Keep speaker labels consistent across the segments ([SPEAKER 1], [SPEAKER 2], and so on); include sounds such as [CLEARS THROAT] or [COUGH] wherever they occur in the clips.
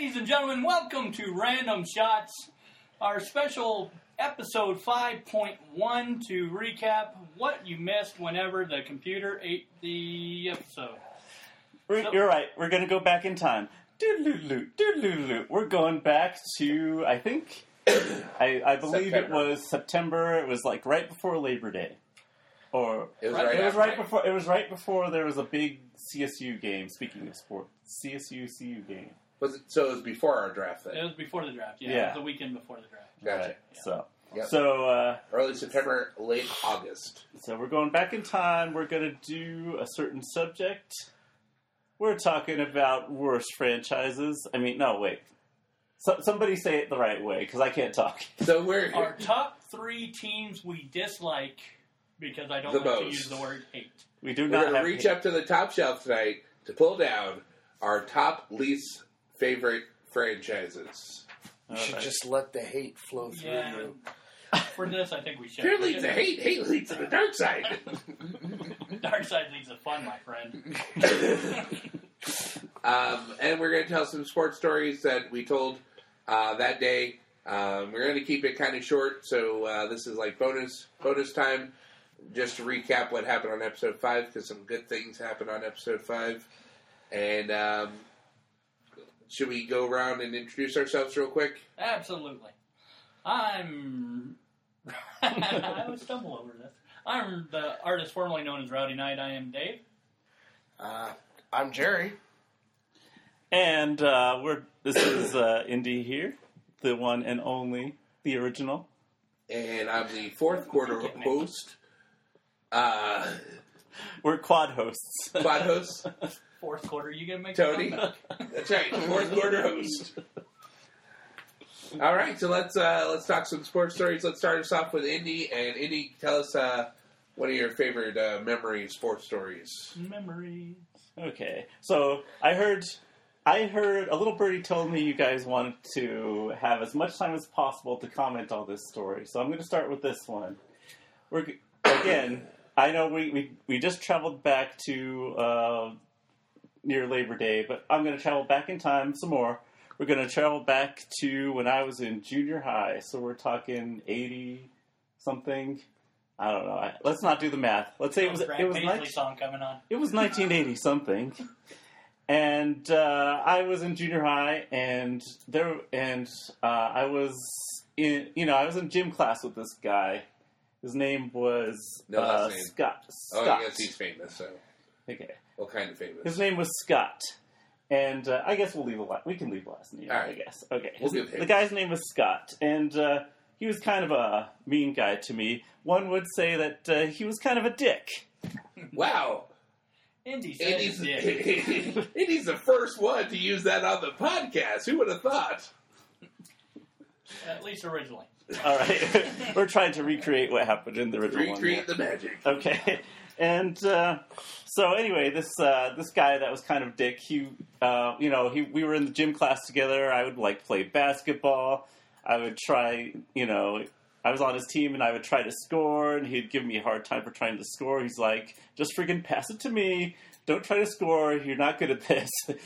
[SPEAKER 1] and gentlemen, welcome to Random Shots, our special episode 5.1 to recap what you missed whenever the computer ate the episode.
[SPEAKER 2] We're,
[SPEAKER 1] So-
[SPEAKER 2] you're right. We're going to go back in time. Doodaloo, doodaloo. We're going back to, I think, I, I believe
[SPEAKER 3] September.
[SPEAKER 2] it was September. It was like right before Labor Day, or
[SPEAKER 3] It was
[SPEAKER 1] Right,
[SPEAKER 3] right,
[SPEAKER 2] it was
[SPEAKER 3] after
[SPEAKER 2] right
[SPEAKER 3] that.
[SPEAKER 2] before. It was right before there was a big CSU game. Speaking of sport, CSU CU game.
[SPEAKER 3] Was it, so it was before our draft
[SPEAKER 1] It
[SPEAKER 3] then.
[SPEAKER 1] was before the draft, yeah. It
[SPEAKER 2] Yeah.
[SPEAKER 1] was the weekend before the draft.
[SPEAKER 3] Gotcha.
[SPEAKER 2] Right. So,
[SPEAKER 3] Yep.
[SPEAKER 2] so, uh,
[SPEAKER 3] Early September, late August.
[SPEAKER 2] so we're going back in time. We're going to do a certain subject. We're talking about worst franchises. I mean, no, wait. So, somebody say it the right way because I can't talk. [LAUGHS]
[SPEAKER 3] So we're
[SPEAKER 1] Our top three teams we dislike because I don't
[SPEAKER 3] The
[SPEAKER 1] like to
[SPEAKER 3] most.
[SPEAKER 1] use the word hate.
[SPEAKER 2] We do
[SPEAKER 3] we're
[SPEAKER 2] not
[SPEAKER 3] going
[SPEAKER 2] have
[SPEAKER 3] to reach
[SPEAKER 2] hate.
[SPEAKER 3] up to the top shelf tonight to pull down our top least favorite franchises.
[SPEAKER 2] All
[SPEAKER 4] You should
[SPEAKER 2] right.
[SPEAKER 4] just let the hate flow through
[SPEAKER 1] Yeah.
[SPEAKER 4] you.
[SPEAKER 1] For this, I think we should.
[SPEAKER 3] Here leads to hate, hate leads to the dark side.
[SPEAKER 1] Dark side leads to fun, my friend.
[SPEAKER 3] um, and we're going to tell some sports stories that we told uh, that day. Um, we're going to keep it kind of short, so uh, this is like bonus bonus time. Just to recap what happened on episode five, because some good things happened on episode five. And um, should we go around and introduce ourselves real quick?
[SPEAKER 1] Absolutely. I'm. [LAUGHS] I always stumble over this. I'm the artist formerly known as Rowdy Knight. I am Dave.
[SPEAKER 4] Uh, I'm Jerry.
[SPEAKER 2] And uh, we're this is uh, Indy here, the one and only, the original.
[SPEAKER 3] And I'm the fourth quarter host, uh, [LAUGHS]
[SPEAKER 2] We're quad hosts.
[SPEAKER 3] quad host.
[SPEAKER 1] Fourth quarter, you gonna make
[SPEAKER 3] Tony.
[SPEAKER 1] a comeback?
[SPEAKER 3] That's right, fourth quarter host. All right, so let's uh, let's talk some sports stories. Let's start us off with Indy, and Indy, tell us uh, one of your favorite uh, memory sports stories.
[SPEAKER 1] Memories.
[SPEAKER 2] Okay, so I heard, I heard a little birdie told me you guys wanted to have as much time as possible to comment on this story. So I'm going to start with this one. We're g- again. I know we, we, we just traveled back to uh, near Labor Day, but I'm going to travel back in time some more. We're going to travel back to when I was in junior high. So we're talking 80 something. I don't know. I, let's not do the math. Let's
[SPEAKER 1] Oh,
[SPEAKER 2] say it was it was
[SPEAKER 1] Paisley
[SPEAKER 2] 19,
[SPEAKER 1] song coming on.
[SPEAKER 2] it was 1980 something, and uh, I was in junior high, and there, and uh, I was in, you know, I was in gym class with this guy. His name was
[SPEAKER 3] No
[SPEAKER 2] uh,
[SPEAKER 3] last name.
[SPEAKER 2] Scott.
[SPEAKER 3] Oh,
[SPEAKER 2] Scott.
[SPEAKER 3] I guess he's famous. So,
[SPEAKER 2] okay.
[SPEAKER 3] well, kind of famous.
[SPEAKER 2] His name was Scott, and uh, I guess we'll leave a la- we can leave last name.
[SPEAKER 3] All right.
[SPEAKER 2] I guess okay.
[SPEAKER 3] We'll
[SPEAKER 2] His-
[SPEAKER 3] give him.
[SPEAKER 2] the guy's name was Scott, and uh, he was kind of a mean guy to me. One would say that uh, he was kind of a dick.
[SPEAKER 3] Wow,
[SPEAKER 1] Indy says
[SPEAKER 3] Indy's
[SPEAKER 1] yeah.
[SPEAKER 3] [LAUGHS] Indy's the first one to use that on the podcast. Who would have thought?
[SPEAKER 1] At least originally.
[SPEAKER 2] All right, [LAUGHS] we're trying to recreate what happened in the original one.
[SPEAKER 3] Recreate the magic.
[SPEAKER 2] Okay, [LAUGHS] and uh, so anyway, this uh, this guy that was kind of dick. He, uh, you know, he we were in the gym class together. I would like play basketball. I would try, you know, I was on his team and I would try to score, and he'd give me a hard time for trying to score. He's like, just freaking pass it to me. Don't try to score. You're not [LAUGHS] good at this.
[SPEAKER 1] And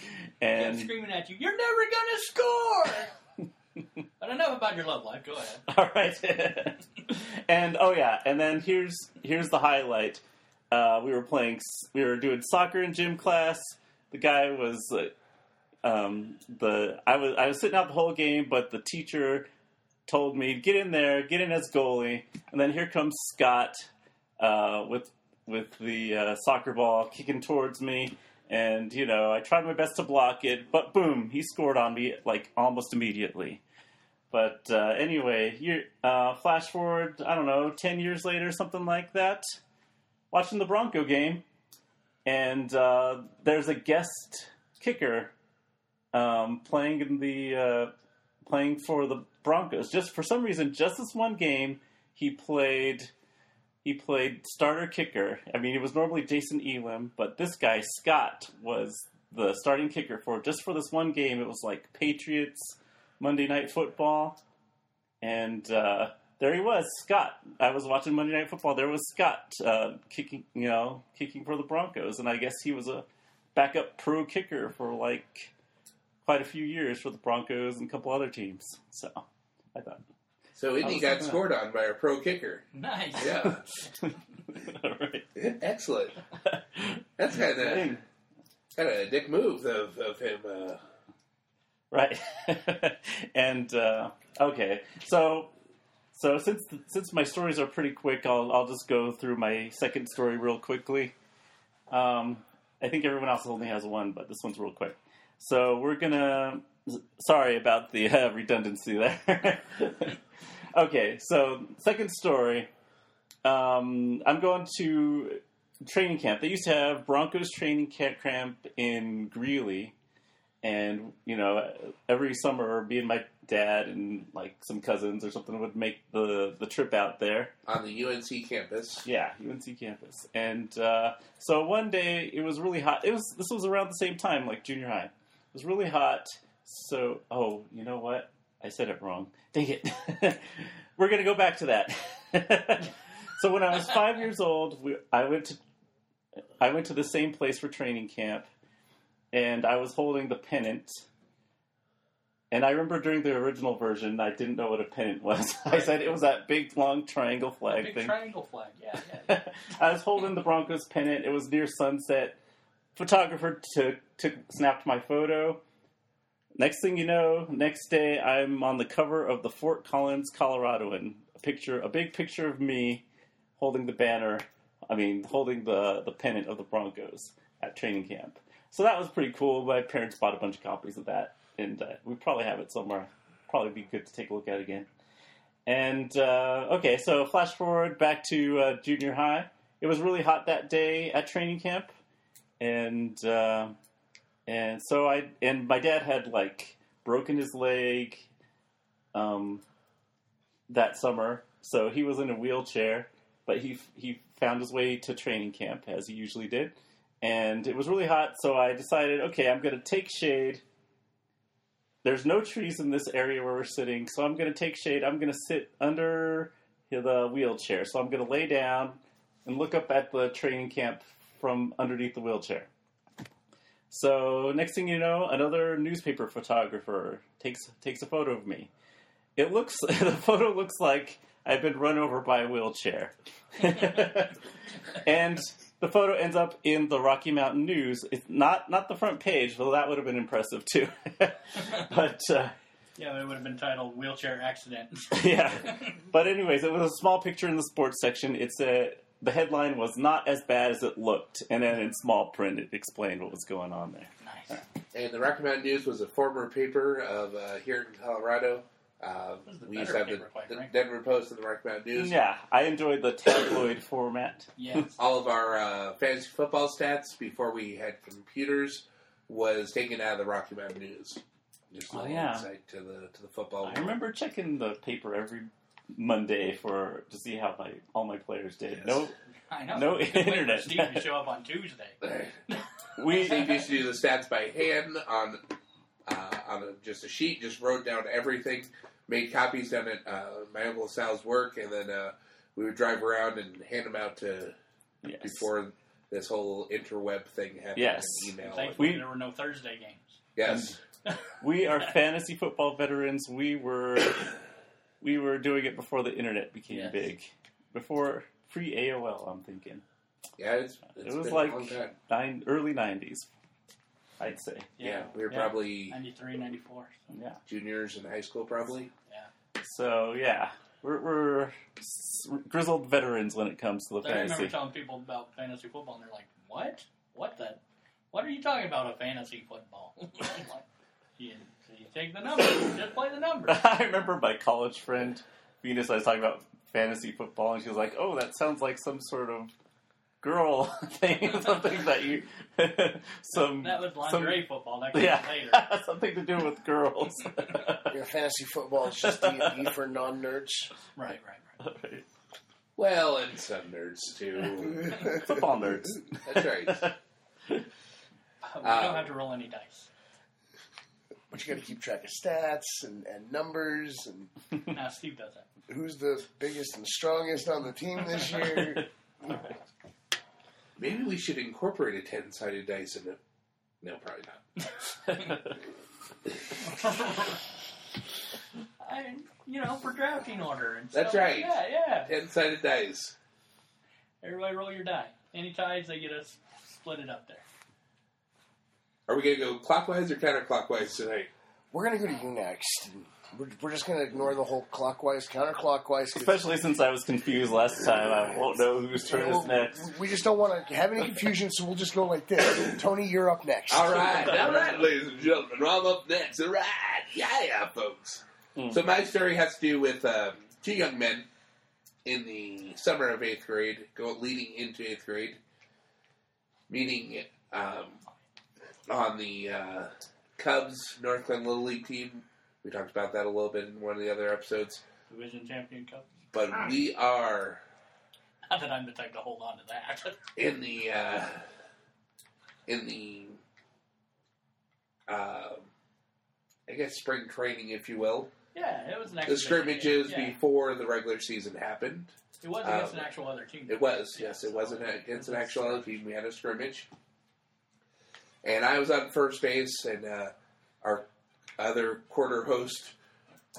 [SPEAKER 2] And
[SPEAKER 1] screaming at you, you're never gonna score.
[SPEAKER 3] [LAUGHS]
[SPEAKER 1] but enough about your love life. Go ahead.
[SPEAKER 2] [LAUGHS] All right. and oh yeah, and then here's here's the highlight. Uh, we were playing. s- We were doing soccer in gym class. The guy was uh, um, the I was I was sitting out the whole game, but the teacher told me get in there, get in as goalie, and then here comes Scott uh, with with the uh, soccer ball kicking towards me. And you know, I tried my best to block it, but boom, he scored on me like almost immediately. But uh, anyway, you uh, flash forward, I don't know, 10 years later, something like that, watching the Bronco game, and uh, there's a guest kicker um, playing in the uh, playing for the Broncos. Just for some reason, just this one game, he played he played starter kicker. I mean, it was normally Jason Elam, but this guy Scott was the starting kicker for just for this one game. It was like Patriots Monday Night Football, and uh, there he was, Scott. I was watching Monday Night Football. There was Scott uh, kicking, you know, kicking for the Broncos, and I guess he was a backup pro kicker for like quite a few years for the Broncos and a couple other teams. So I thought, [LAUGHS]
[SPEAKER 3] So Indy
[SPEAKER 2] was
[SPEAKER 3] got
[SPEAKER 2] thinking that.
[SPEAKER 3] scored on by a pro kicker.
[SPEAKER 1] Nice.
[SPEAKER 2] [LAUGHS]
[SPEAKER 3] Yeah,
[SPEAKER 2] all right. [LAUGHS]
[SPEAKER 3] excellent. That's kind of
[SPEAKER 2] Dang.
[SPEAKER 3] kind of a dick move of, of him. Uh,
[SPEAKER 2] Right. [LAUGHS] and uh, okay, so so since since my stories are pretty quick, I'll I'll just go through my second story real quickly. Um, I think everyone else only has one, but this one's real quick. So we're gonna. Sorry about the uh, redundancy there. [LAUGHS] okay, so second story. Um, I'm going to training camp. They used to have Broncos training ca- camp in Greeley, and you know every summer me and my dad and like some cousins or something would make the the trip out there
[SPEAKER 3] on the UNC campus.
[SPEAKER 2] yeah unc campus and uh, so one day it was really hot it was this was around the same time like junior high it was really hot so oh you know what i said it wrong dang it [LAUGHS] we're gonna go back to that [LAUGHS] so when i was five years old we, i went to i went to the same place for training camp and i was holding the pennant and I remember during the original version, I didn't know what a pennant was. [LAUGHS] I said it was that big, long triangle flag
[SPEAKER 1] Big
[SPEAKER 2] thing.
[SPEAKER 1] triangle flag. Yeah, yeah.
[SPEAKER 2] [LAUGHS] I was holding the Broncos pennant. It was near sunset. Photographer took took snapped my photo. Next thing you know, next day I'm on the cover of the Fort Collins Coloradoan. A picture, a big picture of me holding the banner. I mean, holding the the pennant of the Broncos at training camp. So that was pretty cool. My parents bought a bunch of copies of that, and uh, we probably have it somewhere. Probably be good to take a look at again. And uh, okay, so flash forward back to uh, junior high. It was really hot that day at training camp, and uh, and so I and my dad had like broken his leg um, that summer, so he was in a wheelchair. But he he found his way to training camp as he usually did, and it was really hot. So I decided, okay, I'm going to take shade there's no trees in this area where we're sitting, so I'm going to take shade. I'm going to sit under the wheelchair. So I'm going to lay down and look up at the training camp from underneath the wheelchair. So next thing you know, another newspaper photographer takes takes a photo of me. It looks [LAUGHS] the photo looks like I've been run over by a wheelchair. and the photo ends up in the Rocky Mountain News. It's not not the front page, though that would have been impressive too. [LAUGHS] but uh, [LAUGHS]
[SPEAKER 1] Yeah, it would have been titled "Wheelchair Accident." [LAUGHS]
[SPEAKER 2] yeah. But anyways, it was a small picture in the sports section. It's a the headline was not as bad as it looked, and then in small print it explained what was going on there.
[SPEAKER 3] Uh,
[SPEAKER 1] nice.
[SPEAKER 3] And the Rocky Mountain News was a former paper of uh, here in Colorado. Uh,
[SPEAKER 1] This is the
[SPEAKER 3] we used to
[SPEAKER 1] better
[SPEAKER 3] have the,
[SPEAKER 1] paper, quite
[SPEAKER 3] the
[SPEAKER 1] frankly.
[SPEAKER 3] Denver Post and the Rocky Mountain News.
[SPEAKER 2] Yeah, I enjoyed the tabloid format.
[SPEAKER 1] Yes.
[SPEAKER 3] all of our uh, fantasy football stats before we had computers was taken out of the Rocky Mountain News. Just a
[SPEAKER 2] Oh,
[SPEAKER 3] little
[SPEAKER 2] yeah.
[SPEAKER 3] insight to the to the football.
[SPEAKER 2] I
[SPEAKER 3] world.
[SPEAKER 2] remember checking the paper every Monday for to see how my all my players did.
[SPEAKER 3] Yes.
[SPEAKER 2] No,
[SPEAKER 1] I know. [LAUGHS]
[SPEAKER 2] No
[SPEAKER 1] Good way for
[SPEAKER 2] internet.
[SPEAKER 1] Steve to show up on Tuesday.
[SPEAKER 3] [LAUGHS]
[SPEAKER 2] we
[SPEAKER 3] Steve used to do the stats by hand on uh, on a, just a sheet. Just wrote down everything, made copies down at uh, my uncle Sal's work, and then uh, we would drive around and hand them out to
[SPEAKER 2] yes.
[SPEAKER 3] [LAUGHS] before this whole interweb thing happened.
[SPEAKER 2] Yes.
[SPEAKER 3] and email.
[SPEAKER 1] Thankfully,
[SPEAKER 2] We-
[SPEAKER 1] there were no Thursday games.
[SPEAKER 3] yes,
[SPEAKER 2] we are fantasy football veterans. We were we were doing it before the internet became
[SPEAKER 1] Yes.
[SPEAKER 2] big, before pre AOL. I'm thinking.
[SPEAKER 3] yeah, it's, it's
[SPEAKER 2] it was
[SPEAKER 3] been
[SPEAKER 2] like
[SPEAKER 3] a long time.
[SPEAKER 2] nine, early 90s, I'd say.
[SPEAKER 3] Yeah, we were
[SPEAKER 2] yeah.
[SPEAKER 3] probably
[SPEAKER 1] 93, 94. So,
[SPEAKER 2] Yeah.
[SPEAKER 3] juniors in high school, probably.
[SPEAKER 2] So, yeah, we're, we're s- grizzled veterans when it comes to
[SPEAKER 1] I
[SPEAKER 2] the
[SPEAKER 1] remember
[SPEAKER 2] fantasy.
[SPEAKER 1] telling people about fantasy football, and they're like, "What? What the? What are you talking about? A fantasy football?" [LAUGHS] I'm like, you, you take the numbers. Just play the
[SPEAKER 2] [LAUGHS]
[SPEAKER 1] numbers.
[SPEAKER 2] I remember my college friend, Venus, I was talking about fantasy football, and she was like, oh, that sounds like some sort of girl [LAUGHS] thing, something that you. [LAUGHS] some.
[SPEAKER 1] That was
[SPEAKER 2] some-
[SPEAKER 1] lingerie football. That came
[SPEAKER 2] [LAUGHS] yeah, [LAUGHS]
[SPEAKER 1] later.
[SPEAKER 2] something to do with girls. [LAUGHS]
[SPEAKER 4] Your fantasy football is just D and D for non nerds.
[SPEAKER 1] Right, right, right.
[SPEAKER 3] Well, and some nerds
[SPEAKER 2] [LAUGHS]
[SPEAKER 3] too.
[SPEAKER 2] Football nerds. [LAUGHS]
[SPEAKER 3] That's right.
[SPEAKER 1] But we
[SPEAKER 3] Um,
[SPEAKER 1] don't have to roll any dice.
[SPEAKER 4] But you got to keep track of stats and, and numbers and
[SPEAKER 1] Now Steve does that.
[SPEAKER 4] who's the biggest and strongest on the team
[SPEAKER 2] [LAUGHS]
[SPEAKER 4] this year.
[SPEAKER 2] [LAUGHS]
[SPEAKER 3] Maybe we should incorporate a ten-sided dice in it. No, probably not. [LAUGHS]
[SPEAKER 1] [LAUGHS] I, you know, for drafting order and
[SPEAKER 3] That's
[SPEAKER 1] stuff like
[SPEAKER 3] right.
[SPEAKER 1] that, yeah.
[SPEAKER 3] Ten sided dice.
[SPEAKER 1] Everybody roll your die. Any ties, they get us split it up there.
[SPEAKER 3] Are we going to go clockwise or counterclockwise tonight?
[SPEAKER 4] We're gonna go to you next. We're, we're just gonna ignore the whole clockwise, counterclockwise. 'cause-
[SPEAKER 2] Especially since I was confused last time. I won't know whose turn is next. [LAUGHS]
[SPEAKER 4] We just don't want to have any confusion, so we'll just go like this. Tony, you're up next.
[SPEAKER 3] All right, all right, ladies and gentlemen, I'm up next. All right, yeah, yeah, folks.
[SPEAKER 2] Mm.
[SPEAKER 3] So my story has to do with um, two young men in the summer of eighth grade, go leading into eighth grade, meeting um, on the uh, Cubs Northland Little League team. We talked about that a little bit in one of the other episodes,
[SPEAKER 1] Division Champion Cup.
[SPEAKER 3] but we are
[SPEAKER 1] Not that I'm the type to hold on to that. [LAUGHS]
[SPEAKER 3] in the uh, in the um I guess spring training, if you will.
[SPEAKER 1] yeah, it was an
[SPEAKER 3] The
[SPEAKER 1] exhibition
[SPEAKER 3] scrimmages
[SPEAKER 1] game. Yeah.
[SPEAKER 3] before the regular season happened.
[SPEAKER 1] It was against
[SPEAKER 3] um,
[SPEAKER 1] an actual other team.
[SPEAKER 3] It was yes, it wasn't against an actual other team. We had a scrimmage, and I was on first base, and uh, our other quarter host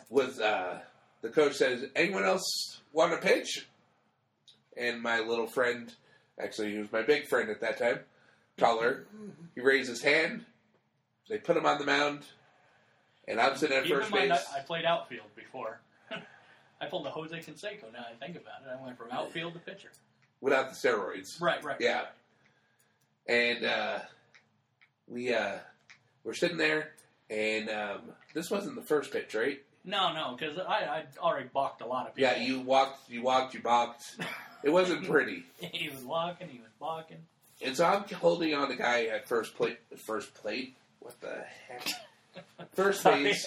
[SPEAKER 3] was. Uh, the coach says, "Anyone else want to pitch?" And my little friend, actually, he was my big friend at that time, taller. He raised his hand. They put him on the mound, and I'm sitting at
[SPEAKER 1] Keep
[SPEAKER 3] first
[SPEAKER 1] in mind,
[SPEAKER 3] base.
[SPEAKER 1] I, I played outfield before. [LAUGHS] I pulled a Jose Canseco. Now I think about it, I went from outfield to pitcher.
[SPEAKER 3] without the steroids.
[SPEAKER 1] Right, right.
[SPEAKER 3] Yeah. And uh, we uh, were sitting there, and um, this wasn't the first pitch, right?
[SPEAKER 1] No, no, because I I already balked a lot of people.
[SPEAKER 3] Yeah, you walked, you walked, you balked. It wasn't pretty.
[SPEAKER 1] [LAUGHS] he was walking. He was walking.
[SPEAKER 3] And so I'm holding on the guy at first plate. First plate? What the heck? First
[SPEAKER 2] [LAUGHS]
[SPEAKER 3] base.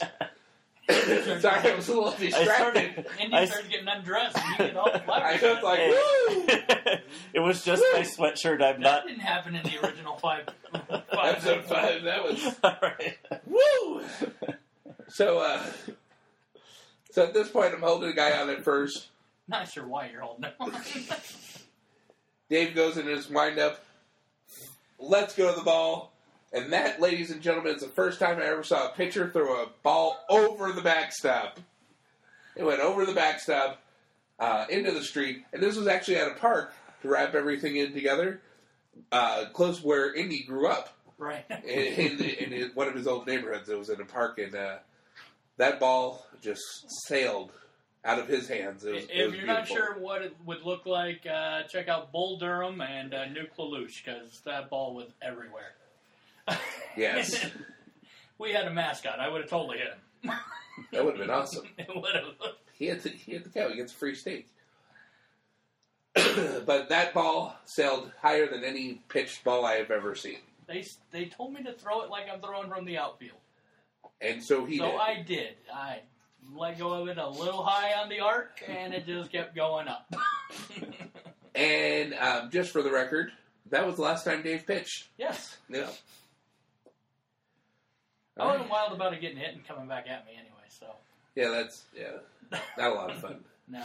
[SPEAKER 3] Sorry, I was a little
[SPEAKER 2] I
[SPEAKER 3] distracted.
[SPEAKER 2] started.
[SPEAKER 1] And
[SPEAKER 2] I
[SPEAKER 1] you
[SPEAKER 2] s-
[SPEAKER 1] started getting undressed. And you get all
[SPEAKER 3] [LAUGHS] I
[SPEAKER 1] flustered. [LAUGHS]
[SPEAKER 3] was like,
[SPEAKER 2] [LAUGHS]
[SPEAKER 3] woo!
[SPEAKER 2] it was just my sweatshirt.
[SPEAKER 1] that
[SPEAKER 2] I'm not. [LAUGHS]
[SPEAKER 1] didn't happen in the original
[SPEAKER 3] [LAUGHS]
[SPEAKER 1] five. five
[SPEAKER 3] Episode five. That was
[SPEAKER 2] All
[SPEAKER 3] [LAUGHS]
[SPEAKER 2] right.
[SPEAKER 3] Woo! So, uh, so at this point, I'm holding a guy on at first.
[SPEAKER 1] Not sure why you're holding that one.
[SPEAKER 3] Dave goes in his windup. Let's go to the ball. And that, ladies and gentlemen, is the first time I ever saw a pitcher throw a ball over the backstop. It went over the backstop uh, into the street. And this was actually at a park to wrap everything in together, uh, close where Indy grew up.
[SPEAKER 1] right.
[SPEAKER 3] in, in, in his- one of his old neighborhoods. It was in a park, and uh, that ball just sailed out of his hands. It was, it
[SPEAKER 1] If
[SPEAKER 3] was
[SPEAKER 1] you're not
[SPEAKER 3] beautiful.
[SPEAKER 1] sure what it would look like, uh, check out Bull Durham and uh, Nuke Lelouch because that ball was everywhere.
[SPEAKER 3] yes,
[SPEAKER 1] [LAUGHS] we had a mascot. I would have totally hit him. [LAUGHS]
[SPEAKER 3] that would have been awesome.
[SPEAKER 1] It would have.
[SPEAKER 3] He had to, he had the cow. He gets a free steak. [CLEARS THROAT] but that ball sailed higher than any pitched ball I have ever seen,
[SPEAKER 1] [LAUGHS] They they told me to throw it like I'm throwing from the outfield,
[SPEAKER 3] and so he
[SPEAKER 1] so
[SPEAKER 3] did.
[SPEAKER 1] I did. I let go of it a little high on the arc, and it just kept going up.
[SPEAKER 3] and um, just for the record, that was the last time Dave pitched.
[SPEAKER 1] yes,
[SPEAKER 3] No.
[SPEAKER 1] I wasn't wild about it getting hit and coming back at me anyway. So
[SPEAKER 3] Yeah, that's yeah, not a lot of fun.
[SPEAKER 1] no.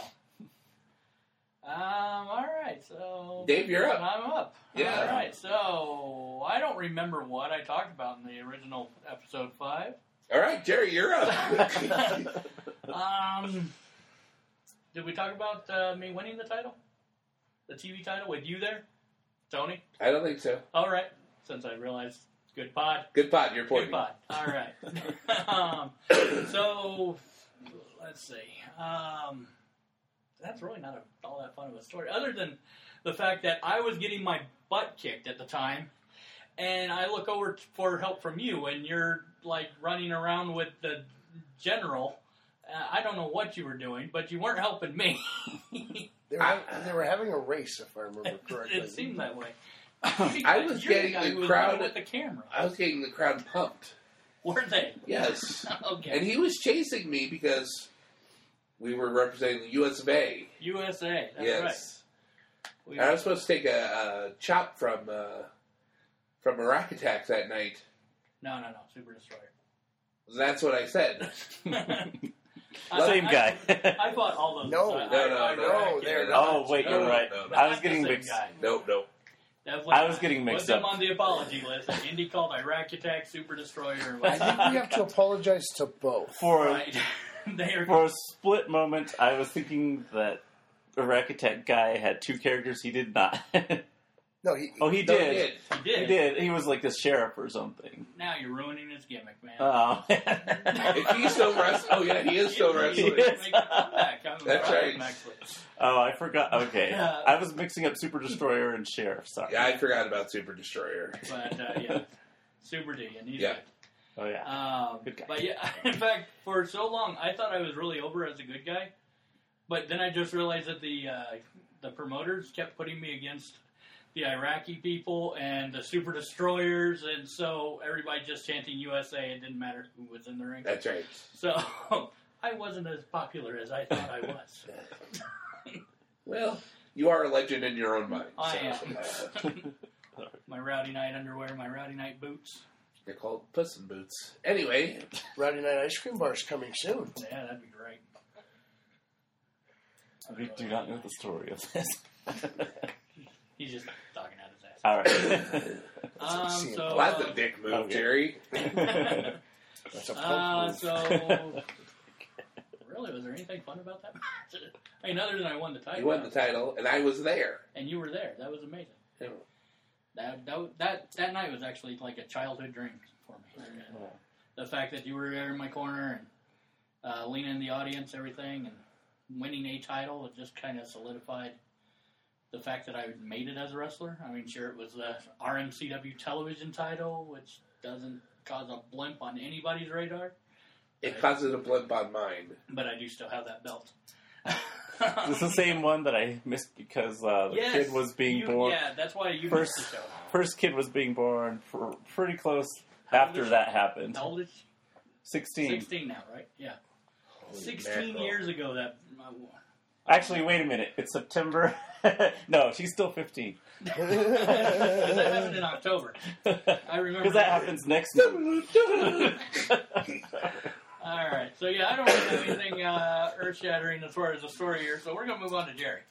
[SPEAKER 1] Um. All right. So
[SPEAKER 3] Dave, you're up.
[SPEAKER 1] I'm up.
[SPEAKER 3] Yeah.
[SPEAKER 1] All right. So I don't remember what I talked about in the original episode five.
[SPEAKER 3] [LAUGHS] All right, Jerry,
[SPEAKER 1] [LAUGHS]
[SPEAKER 3] you're up.
[SPEAKER 1] Um, did we talk about uh, me winning the title, the TV title with you there, Tony?
[SPEAKER 3] I don't think so.
[SPEAKER 1] All right, since I realized, good pod,
[SPEAKER 3] Good pod, you're
[SPEAKER 1] good
[SPEAKER 3] pointing.
[SPEAKER 1] pod. All right.
[SPEAKER 3] [LAUGHS]
[SPEAKER 1] um, so let's see. Um, that's really not a, all that fun of a story, other than the fact that I was getting my butt kicked at the time, and I look over t- for help from you, and you're like running around with the general. Uh, I don't know what you were doing, but you weren't helping me.
[SPEAKER 4] They were, ha- they were having a race, if I remember
[SPEAKER 1] [LAUGHS]
[SPEAKER 4] correctly.
[SPEAKER 1] it seemed that way.
[SPEAKER 3] I was
[SPEAKER 1] You're
[SPEAKER 3] getting
[SPEAKER 1] guy
[SPEAKER 3] the
[SPEAKER 1] who was
[SPEAKER 3] crowd-
[SPEAKER 1] running with the
[SPEAKER 3] [LAUGHS]
[SPEAKER 1] camera.
[SPEAKER 3] I was getting the crowd pumped.
[SPEAKER 1] Were they? [LAUGHS]
[SPEAKER 3] Yes.
[SPEAKER 1] okay.
[SPEAKER 3] And he was chasing me because we were representing the US of A.
[SPEAKER 1] USA. That's
[SPEAKER 3] yes.
[SPEAKER 1] right. We-
[SPEAKER 3] And I was supposed to take a, a chop from uh, from a rock attack that night.
[SPEAKER 1] no, no, no. Super Destroyer.
[SPEAKER 2] [LAUGHS]
[SPEAKER 3] That's what I said.
[SPEAKER 1] I-
[SPEAKER 2] Same
[SPEAKER 1] I-
[SPEAKER 2] guy.
[SPEAKER 3] [LAUGHS]
[SPEAKER 1] I bought all those.
[SPEAKER 4] No.
[SPEAKER 1] I-
[SPEAKER 3] No, no,
[SPEAKER 1] I- I-
[SPEAKER 3] no,
[SPEAKER 1] I-
[SPEAKER 4] no, they're
[SPEAKER 1] I-
[SPEAKER 4] not.
[SPEAKER 2] Oh wait, [LAUGHS]
[SPEAKER 3] No,
[SPEAKER 2] you're
[SPEAKER 3] no,
[SPEAKER 2] right.
[SPEAKER 3] no, no.
[SPEAKER 2] I
[SPEAKER 1] Not
[SPEAKER 2] was
[SPEAKER 1] the
[SPEAKER 2] getting
[SPEAKER 1] same
[SPEAKER 2] mixed.
[SPEAKER 1] guy.
[SPEAKER 3] Nope, nope.
[SPEAKER 1] That was
[SPEAKER 2] I was getting mixed
[SPEAKER 1] put them
[SPEAKER 2] up.
[SPEAKER 1] on the apology list. Like Indy called Iraq Attack, Super Destroyer. and
[SPEAKER 4] I think
[SPEAKER 1] whatnot. [LAUGHS]
[SPEAKER 4] we have to apologize to both.
[SPEAKER 2] For
[SPEAKER 1] right. [LAUGHS] they are
[SPEAKER 2] for a split moment, I was thinking that Arachitect guy had two characters. He did not. [LAUGHS]
[SPEAKER 4] No, he.
[SPEAKER 2] oh, he
[SPEAKER 3] No,
[SPEAKER 2] did.
[SPEAKER 3] it
[SPEAKER 1] you
[SPEAKER 2] He
[SPEAKER 1] did.
[SPEAKER 2] did. He was like the sheriff or something.
[SPEAKER 1] Now you're ruining his gimmick, man.
[SPEAKER 2] Oh.
[SPEAKER 3] If he's still wrestling, oh yeah, he is
[SPEAKER 2] [LAUGHS]
[SPEAKER 3] still
[SPEAKER 1] He
[SPEAKER 3] wrestling.
[SPEAKER 1] is making a comeback. I'm
[SPEAKER 3] That's
[SPEAKER 1] proud of
[SPEAKER 3] right.
[SPEAKER 1] him, actually.
[SPEAKER 2] oh, I forgot. Okay,
[SPEAKER 1] Yeah.
[SPEAKER 2] I was mixing up Super Destroyer and Sheriff. Sorry.
[SPEAKER 3] Yeah, I forgot about Super Destroyer.
[SPEAKER 1] But uh, yeah, Super D, and he's
[SPEAKER 3] Yeah.
[SPEAKER 1] good.
[SPEAKER 2] [LAUGHS]
[SPEAKER 1] [LAUGHS]
[SPEAKER 2] Oh yeah.
[SPEAKER 1] Um,
[SPEAKER 2] Good guy.
[SPEAKER 1] But yeah, [LAUGHS] in fact, for so long I thought I was really over as a good guy, but then I just realized that the uh, the promoters kept putting me against the Iraqi people and the super destroyers, and so everybody just chanting USA. It didn't matter who was in the ring.
[SPEAKER 3] That's right.
[SPEAKER 1] So [LAUGHS] I wasn't as popular as I thought I
[SPEAKER 2] [LAUGHS]
[SPEAKER 1] was.
[SPEAKER 3] Well, you are a legend in your own mind.
[SPEAKER 1] I
[SPEAKER 3] so,
[SPEAKER 1] am.
[SPEAKER 3] uh,
[SPEAKER 1] [LAUGHS] my rowdy night underwear, my rowdy night boots.
[SPEAKER 3] they're called Puss in Boots. Anyway,
[SPEAKER 4] Friday night ice cream bar is coming soon.
[SPEAKER 1] Yeah, that'd be great.
[SPEAKER 2] We do not know the story of this. [LAUGHS]
[SPEAKER 1] He's just talking out his ass. [LAUGHS]
[SPEAKER 2] All right.
[SPEAKER 1] Um,
[SPEAKER 4] seeing
[SPEAKER 2] Oh,
[SPEAKER 1] so,
[SPEAKER 3] well, that's
[SPEAKER 1] uh,
[SPEAKER 3] a dick move,
[SPEAKER 2] Okay.
[SPEAKER 3] Jerry.
[SPEAKER 4] [LAUGHS] That's a punk
[SPEAKER 1] Uh,
[SPEAKER 4] move.
[SPEAKER 1] so, really, was there anything fun about that? [LAUGHS] match? I mean, other than I won the title,
[SPEAKER 3] He won the title, and I was there.
[SPEAKER 1] and you were there. That was amazing.
[SPEAKER 3] Yeah.
[SPEAKER 1] That that that, that night was actually like a childhood dream for me. The fact that you were there in my corner and uh, leaning in the audience, everything, and winning a title, it just kind of solidified. The fact that I made it as a wrestler, I mean, sure, it was the RMCW television title, which doesn't cause a blimp on anybody's radar.
[SPEAKER 3] It causes a blimp on mine.
[SPEAKER 1] but I do still have that
[SPEAKER 2] [LAUGHS]
[SPEAKER 1] belt.
[SPEAKER 2] It's the same one that I missed because uh, the kid was being
[SPEAKER 1] you-
[SPEAKER 2] born.
[SPEAKER 1] Yeah, that's why you
[SPEAKER 2] First-
[SPEAKER 1] missed the show.
[SPEAKER 2] First kid was being born pr- pretty close
[SPEAKER 1] How old
[SPEAKER 2] after
[SPEAKER 1] is she?
[SPEAKER 2] that happened.
[SPEAKER 1] How old is she?
[SPEAKER 2] 16.
[SPEAKER 1] 16 now, right? Yeah.
[SPEAKER 3] Holy
[SPEAKER 1] 16
[SPEAKER 3] mackerel.
[SPEAKER 1] years ago that. I
[SPEAKER 2] [LAUGHS]
[SPEAKER 1] won.
[SPEAKER 2] Actually, wait a minute. It's September. [LAUGHS] no, she's still [LAUGHS] 15.
[SPEAKER 1] that [LAUGHS]
[SPEAKER 4] [LAUGHS]
[SPEAKER 1] happened in October.
[SPEAKER 2] Because
[SPEAKER 1] I remember.
[SPEAKER 2] that happens
[SPEAKER 1] [LAUGHS]
[SPEAKER 2] next month. [LAUGHS]
[SPEAKER 3] [LAUGHS]
[SPEAKER 1] All right. So, yeah, I don't really have anything uh, earth shattering as far as the story here, so we're going to move on to Jerry.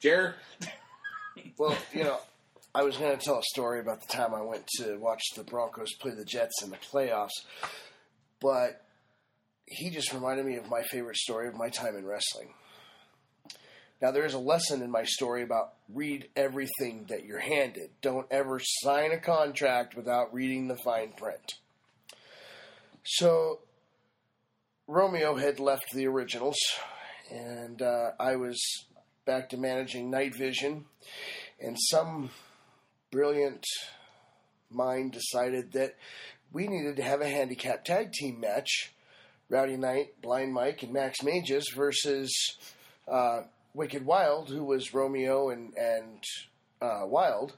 [SPEAKER 3] Jer,
[SPEAKER 4] Well, you know, I was going to tell a story about the time I went to watch the Broncos play the Jets in the playoffs, but he just reminded me of my favorite story of my time in wrestling. Now, there is a lesson in my story about read everything that you're handed. Don't ever sign a contract without reading the fine print. So, Romeo had left the originals, and uh, I was back to managing Night Vision and some brilliant mind decided that we needed to have a handicap tag team match Rowdy Knight, Blind Mike, and Max Mages versus uh, Wicked Wild, who was Romeo and, and uh, Wild.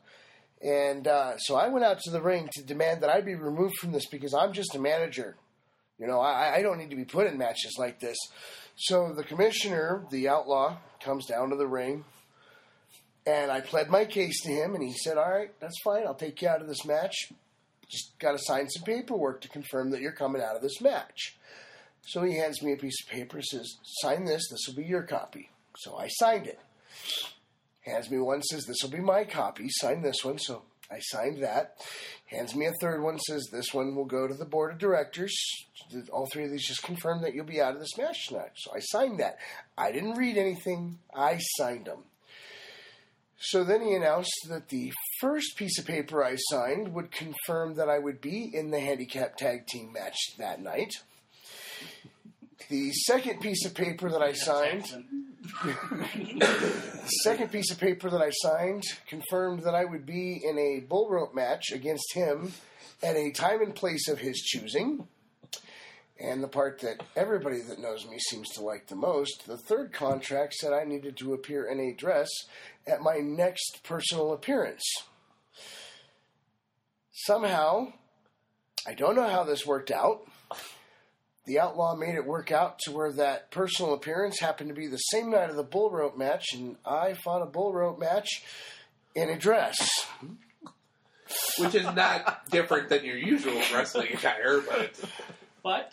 [SPEAKER 4] And uh, so I went out to the ring to demand that I be removed from this because I'm just a manager. You know, I, I don't need to be put in matches like this. So the commissioner, the outlaw, comes down to the ring and I pled my case to him, and he said, All right, that's fine. I'll take you out of this match. Just got to sign some paperwork to confirm that you're coming out of this match. So he hands me a piece of paper, says, Sign this. This will be your copy. So I signed it. Hands me one, says, This will be my copy. Sign this one. So I signed that. Hands me a third one, says, This one will go to the board of directors. All three of these just confirm that you'll be out of this match tonight. So I signed that. I didn't read anything, I signed them. So then he announced that the first piece of paper I signed would confirm that I would be in the handicap tag team match that night. The second piece of paper that I signed, the second piece of paper that I signed confirmed that I would be in a bull rope match against him at a time and place of his choosing. And the part that everybody that knows me seems to like the most, the third contract said I needed to appear in a dress at my next personal appearance. Somehow, I don't know how this worked out. The outlaw made it work out to where that personal appearance happened to be the same night of the bull rope match, and I fought a bull rope match in a dress.
[SPEAKER 3] which is not different than your usual wrestling attire, but
[SPEAKER 1] But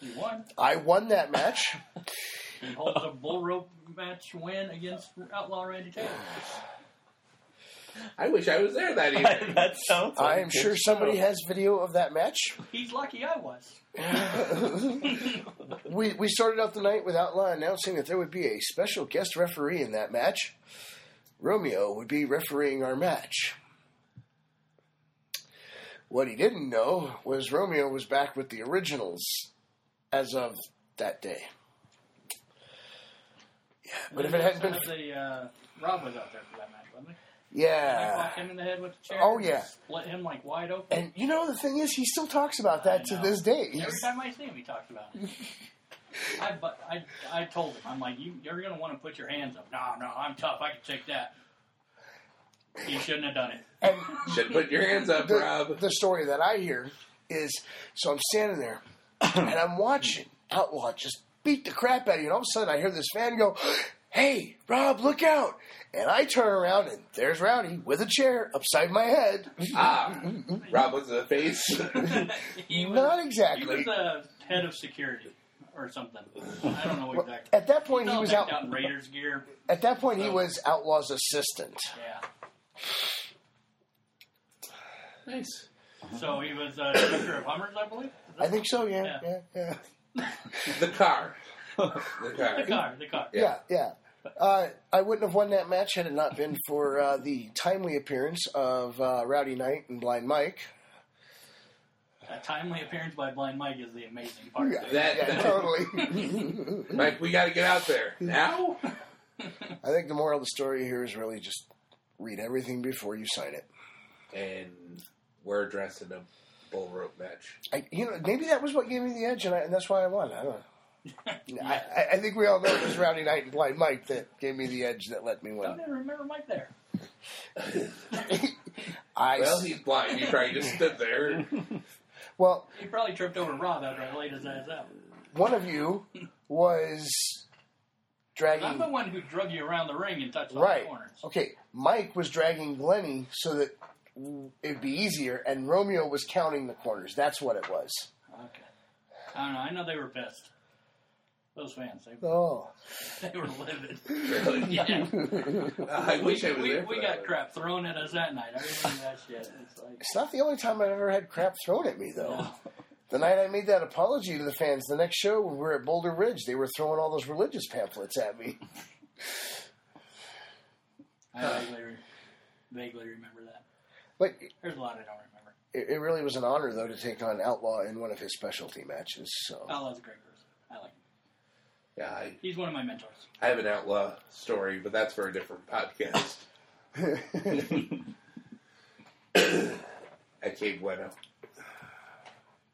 [SPEAKER 1] you won.
[SPEAKER 4] I won that match.
[SPEAKER 1] He holds a bull rope match win against Outlaw Randy Taylor.
[SPEAKER 3] I wish I was
[SPEAKER 1] [LAUGHS]
[SPEAKER 3] there that evening.
[SPEAKER 2] that sounds. like
[SPEAKER 4] I
[SPEAKER 2] a
[SPEAKER 4] am
[SPEAKER 2] good
[SPEAKER 4] sure somebody
[SPEAKER 2] show.
[SPEAKER 4] has video of that match.
[SPEAKER 1] He's lucky I was.
[SPEAKER 4] [LAUGHS] we we started out the night with Outlaw announcing that there would be a special guest referee in that match. Romeo would be refereeing our match. What he didn't know was Romeo was back with the originals as of that day. Yeah, but if it hadn't been,
[SPEAKER 1] So the, uh, Rob was out there for that match, wasn't he? I
[SPEAKER 4] yeah.
[SPEAKER 1] clocked him in the head with the chair.
[SPEAKER 4] Oh,
[SPEAKER 1] and
[SPEAKER 4] yeah.
[SPEAKER 1] Split him like wide open.
[SPEAKER 4] And you know the thing is, he still talks about that to
[SPEAKER 1] I know.
[SPEAKER 4] this day.
[SPEAKER 1] Every
[SPEAKER 4] He's-
[SPEAKER 1] time I see him, he talks about
[SPEAKER 4] [LAUGHS]
[SPEAKER 1] it. I, but I, I told him, I'm like, you, you're going to want to put your hands up. No, no, I'm tough. I can take that. He shouldn't have done it. [LAUGHS]
[SPEAKER 4] and
[SPEAKER 3] Should put your hands up,
[SPEAKER 4] the,
[SPEAKER 3] Rob.
[SPEAKER 4] the story that I hear is so I'm standing there and I'm watching Outlaw just beat the crap out of you, and all of a sudden I hear this fan go, Hey, Rob, look out! And I turn around and there's Rowdy with a chair upside my head.
[SPEAKER 3] Ah, Rob was the face.
[SPEAKER 1] he was,
[SPEAKER 4] Not
[SPEAKER 1] he
[SPEAKER 4] exactly.
[SPEAKER 1] was the head of security or something. I don't know exactly.
[SPEAKER 4] At that point, he
[SPEAKER 1] all
[SPEAKER 4] was
[SPEAKER 1] decked
[SPEAKER 4] out.
[SPEAKER 1] in Raiders gear.
[SPEAKER 4] At that point, he was Outlaw's assistant.
[SPEAKER 1] Yeah.
[SPEAKER 3] nice.
[SPEAKER 1] So he was a director of Hummers, I believe.
[SPEAKER 4] I think so. Yeah,
[SPEAKER 1] Yeah.
[SPEAKER 4] yeah, yeah,
[SPEAKER 3] The car. The
[SPEAKER 1] The
[SPEAKER 3] car.
[SPEAKER 1] car, the car.
[SPEAKER 4] yeah, yeah. Uh, I wouldn't have won that match had it not been for uh, the timely appearance of uh, Rowdy Knight and Blind Mike.
[SPEAKER 1] A timely appearance by Blind Mike is the amazing part.
[SPEAKER 4] Yeah,
[SPEAKER 3] That-
[SPEAKER 4] yeah, [LAUGHS]
[SPEAKER 3] that-
[SPEAKER 4] totally.
[SPEAKER 3] Mike, we got to get out there now.
[SPEAKER 1] [LAUGHS]
[SPEAKER 4] I think the moral of the story here is really just read everything before you sign it.
[SPEAKER 3] And we're dressed in a bull rope match.
[SPEAKER 4] I, you know, maybe that was what gave me the edge, and, I, and that's why I won. I don't know. I, I- I think we all know it was Rowdy Knight and Blind Mike that gave me the edge that let me
[SPEAKER 1] Don't
[SPEAKER 4] win.
[SPEAKER 1] even remember Mike there.
[SPEAKER 3] Well,
[SPEAKER 4] I well,
[SPEAKER 3] he's blind. He probably just stood there.
[SPEAKER 4] well,
[SPEAKER 1] He probably tripped over Rob after I laid his ass out.
[SPEAKER 4] one of you was
[SPEAKER 1] I'm the
[SPEAKER 4] dragging.
[SPEAKER 1] one who drug you around the ring and touched all
[SPEAKER 4] Right.
[SPEAKER 1] the corners.
[SPEAKER 4] Okay, Mike was dragging Glenny so that it'd be easier, and Romeo was counting the corners. That's what it was.
[SPEAKER 1] Okay. I don't know. I know they were pissed. Those fans, they, [LAUGHS]
[SPEAKER 4] [LAUGHS] Oh,
[SPEAKER 1] they were livid.
[SPEAKER 3] Really?
[SPEAKER 1] [LAUGHS] Yeah.
[SPEAKER 3] I wish I was
[SPEAKER 1] we,
[SPEAKER 3] there. for
[SPEAKER 1] we
[SPEAKER 3] that
[SPEAKER 1] got
[SPEAKER 3] one.
[SPEAKER 1] crap thrown at us that night. I remember that shit. It's like,
[SPEAKER 4] it's not the only time I've ever had crap thrown at me, though. [LAUGHS] The night I made that apology to the fans, the next show we were at Boulder Ridge, they were throwing all those religious pamphlets at me.
[SPEAKER 3] [LAUGHS] [LAUGHS]
[SPEAKER 1] I vaguely, re- vaguely remember that.
[SPEAKER 4] But
[SPEAKER 1] There's a lot I don't remember.
[SPEAKER 4] it, it really was an honor, though, to take on Outlaw in one of his specialty matches. So
[SPEAKER 1] Outlaws a great person. I like him.
[SPEAKER 3] Yeah, I,
[SPEAKER 1] He's one of my mentors.
[SPEAKER 3] I have an outlaw story, but that's for a different podcast. Oh.
[SPEAKER 4] [LAUGHS]
[SPEAKER 3] I Cave Bueno.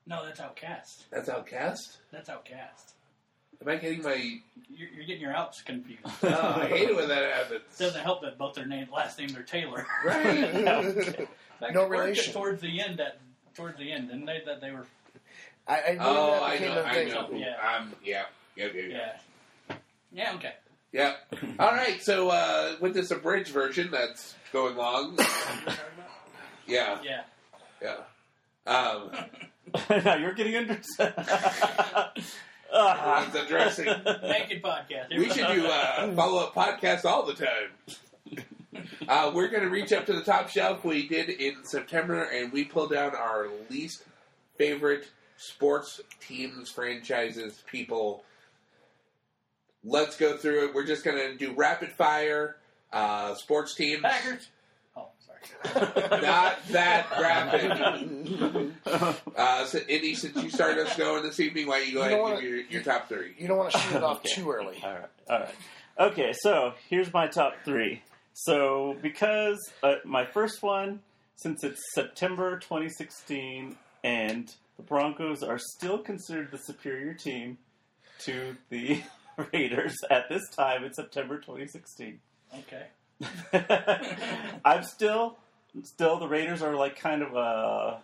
[SPEAKER 1] No, that's outcast.
[SPEAKER 3] That's outcast?
[SPEAKER 1] That's outcast.
[SPEAKER 3] Am I getting my.
[SPEAKER 1] You're, you're getting your outs confused.
[SPEAKER 3] Oh, I hate it when that happens.
[SPEAKER 1] Doesn't help that both their names, last names are Taylor.
[SPEAKER 4] [LAUGHS]
[SPEAKER 3] Right?
[SPEAKER 1] In fact,
[SPEAKER 4] No
[SPEAKER 1] it worked
[SPEAKER 4] relation.
[SPEAKER 1] Towards the end, that towards the end, didn't they? That they were.
[SPEAKER 4] I, I knew
[SPEAKER 3] Oh,
[SPEAKER 4] that
[SPEAKER 3] I
[SPEAKER 4] became
[SPEAKER 3] know.
[SPEAKER 4] a
[SPEAKER 3] I
[SPEAKER 4] thing.
[SPEAKER 3] know.
[SPEAKER 1] Yeah.
[SPEAKER 3] Um, yeah. Yeah, yeah, yeah.
[SPEAKER 1] Yeah. Yeah. Okay.
[SPEAKER 4] [LAUGHS]
[SPEAKER 3] yeah. All right, so uh, with this abridged version that's going long, yeah,
[SPEAKER 1] Yeah.
[SPEAKER 3] yeah. Um,
[SPEAKER 2] [LAUGHS] now you're getting under. [LAUGHS]
[SPEAKER 1] [LAUGHS]
[SPEAKER 2] Ah.
[SPEAKER 3] it's addressing.
[SPEAKER 1] Naked podcast. Here
[SPEAKER 3] We should do uh, follow up podcasts all the time. Uh, we're going to reach up to the top shelf. We did in September, and we pulled down our least favorite sports teams, franchises, people. Let's go through it. We're just going to do rapid fire uh, sports teams.
[SPEAKER 1] Packers. Oh, sorry.
[SPEAKER 3] Not that rapid. Uh, so, Indy, since you started us going this evening, why don't you go
[SPEAKER 4] You
[SPEAKER 3] ahead
[SPEAKER 4] know
[SPEAKER 3] and
[SPEAKER 4] what?
[SPEAKER 3] give your, your top three?
[SPEAKER 4] You don't want to shoot it off
[SPEAKER 2] Okay.
[SPEAKER 3] [LAUGHS]
[SPEAKER 4] too early.
[SPEAKER 2] All right. All right. Okay, so here's my top three. So because uh, my first one, since it's September 2016, and the Broncos are still considered the superior team to the [LAUGHS] Raiders at this time in September 2016.
[SPEAKER 1] Okay.
[SPEAKER 2] I'm still, still the Raiders are like kind of a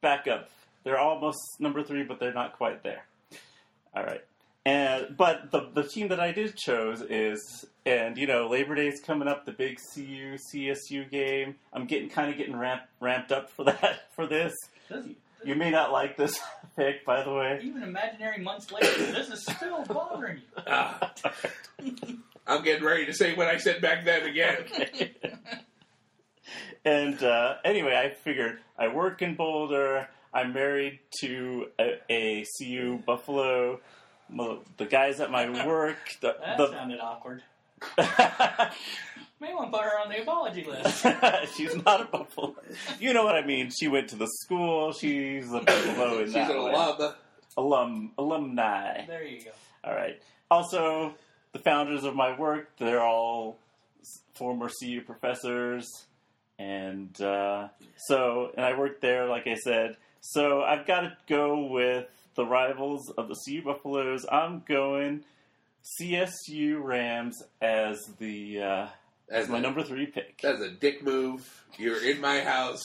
[SPEAKER 2] backup. They're almost number three, but they're not quite there. All right, and but the the team that I did chose is, and you know Labor Day's coming up, the big CU CSU game. I'm getting kind of getting ramp, ramped up for that [LAUGHS] for this.
[SPEAKER 1] This,
[SPEAKER 2] You may not like this [LAUGHS] pick, by the way.
[SPEAKER 1] even imaginary months later, this is still bothering you.
[SPEAKER 3] [LAUGHS] Ah.
[SPEAKER 2] [LAUGHS]
[SPEAKER 3] I'm getting ready to say what I said back then again.
[SPEAKER 2] And uh, anyway, I figured I work in Boulder. I'm married to a, a CU Buffalo. mo- The guys at my work. The,
[SPEAKER 1] That
[SPEAKER 2] the-
[SPEAKER 1] sounded awkward. May want to put her on the apology list.
[SPEAKER 2] [LAUGHS] She's not a Buffalo. You know what I mean. She went to the school. She's a Buffalo in
[SPEAKER 3] She's
[SPEAKER 2] that
[SPEAKER 3] an
[SPEAKER 2] way.
[SPEAKER 3] alum.
[SPEAKER 2] Alum, alumni.
[SPEAKER 1] There you go.
[SPEAKER 2] All right. Also, the founders of my work, they're all s- former CU professors. And uh, so, and I worked there, like I said. So I've got to go with the rivals of the CU Buffaloes. I'm going CSU Rams as the uh, as
[SPEAKER 3] As
[SPEAKER 2] my
[SPEAKER 3] a-
[SPEAKER 2] number three pick.
[SPEAKER 3] That's a dick move. You're in my house.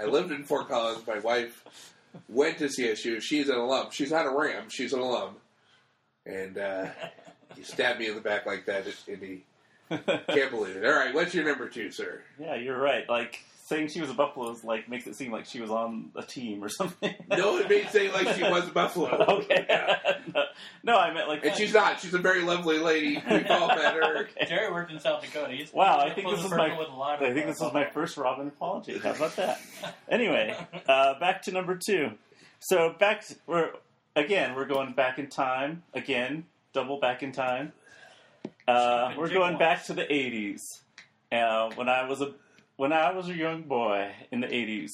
[SPEAKER 3] I lived in Fort Collins. My wife went to CSU. She's an alum. She's not a Ram. She's an alum. And uh, you stabbed me in the back like that, and he can't believe it. All right, what's your number two, sir?
[SPEAKER 2] yeah, you're right. Like saying she was a Buffalo is like makes it seem like she was on a team or [LAUGHS] something.
[SPEAKER 3] No, it made say like she was a Buffalo.
[SPEAKER 2] [LAUGHS] okay.
[SPEAKER 3] Yeah.
[SPEAKER 2] no, I meant like
[SPEAKER 3] And she's not. She's a very lovely lady. We've all met her.
[SPEAKER 2] Okay.
[SPEAKER 1] Jerry worked in South Dakota. He's
[SPEAKER 2] Wow, I
[SPEAKER 1] he's
[SPEAKER 2] think
[SPEAKER 1] a
[SPEAKER 2] this is
[SPEAKER 1] person
[SPEAKER 2] my-
[SPEAKER 1] With a lot of
[SPEAKER 2] I think this was my first Robin apology. How about that? anyway, uh, back to number two. So back to- we're again we're going back in time again, double back in time. Uh, we're going back to the '80s uh, when I was a when I was a young boy in the '80s.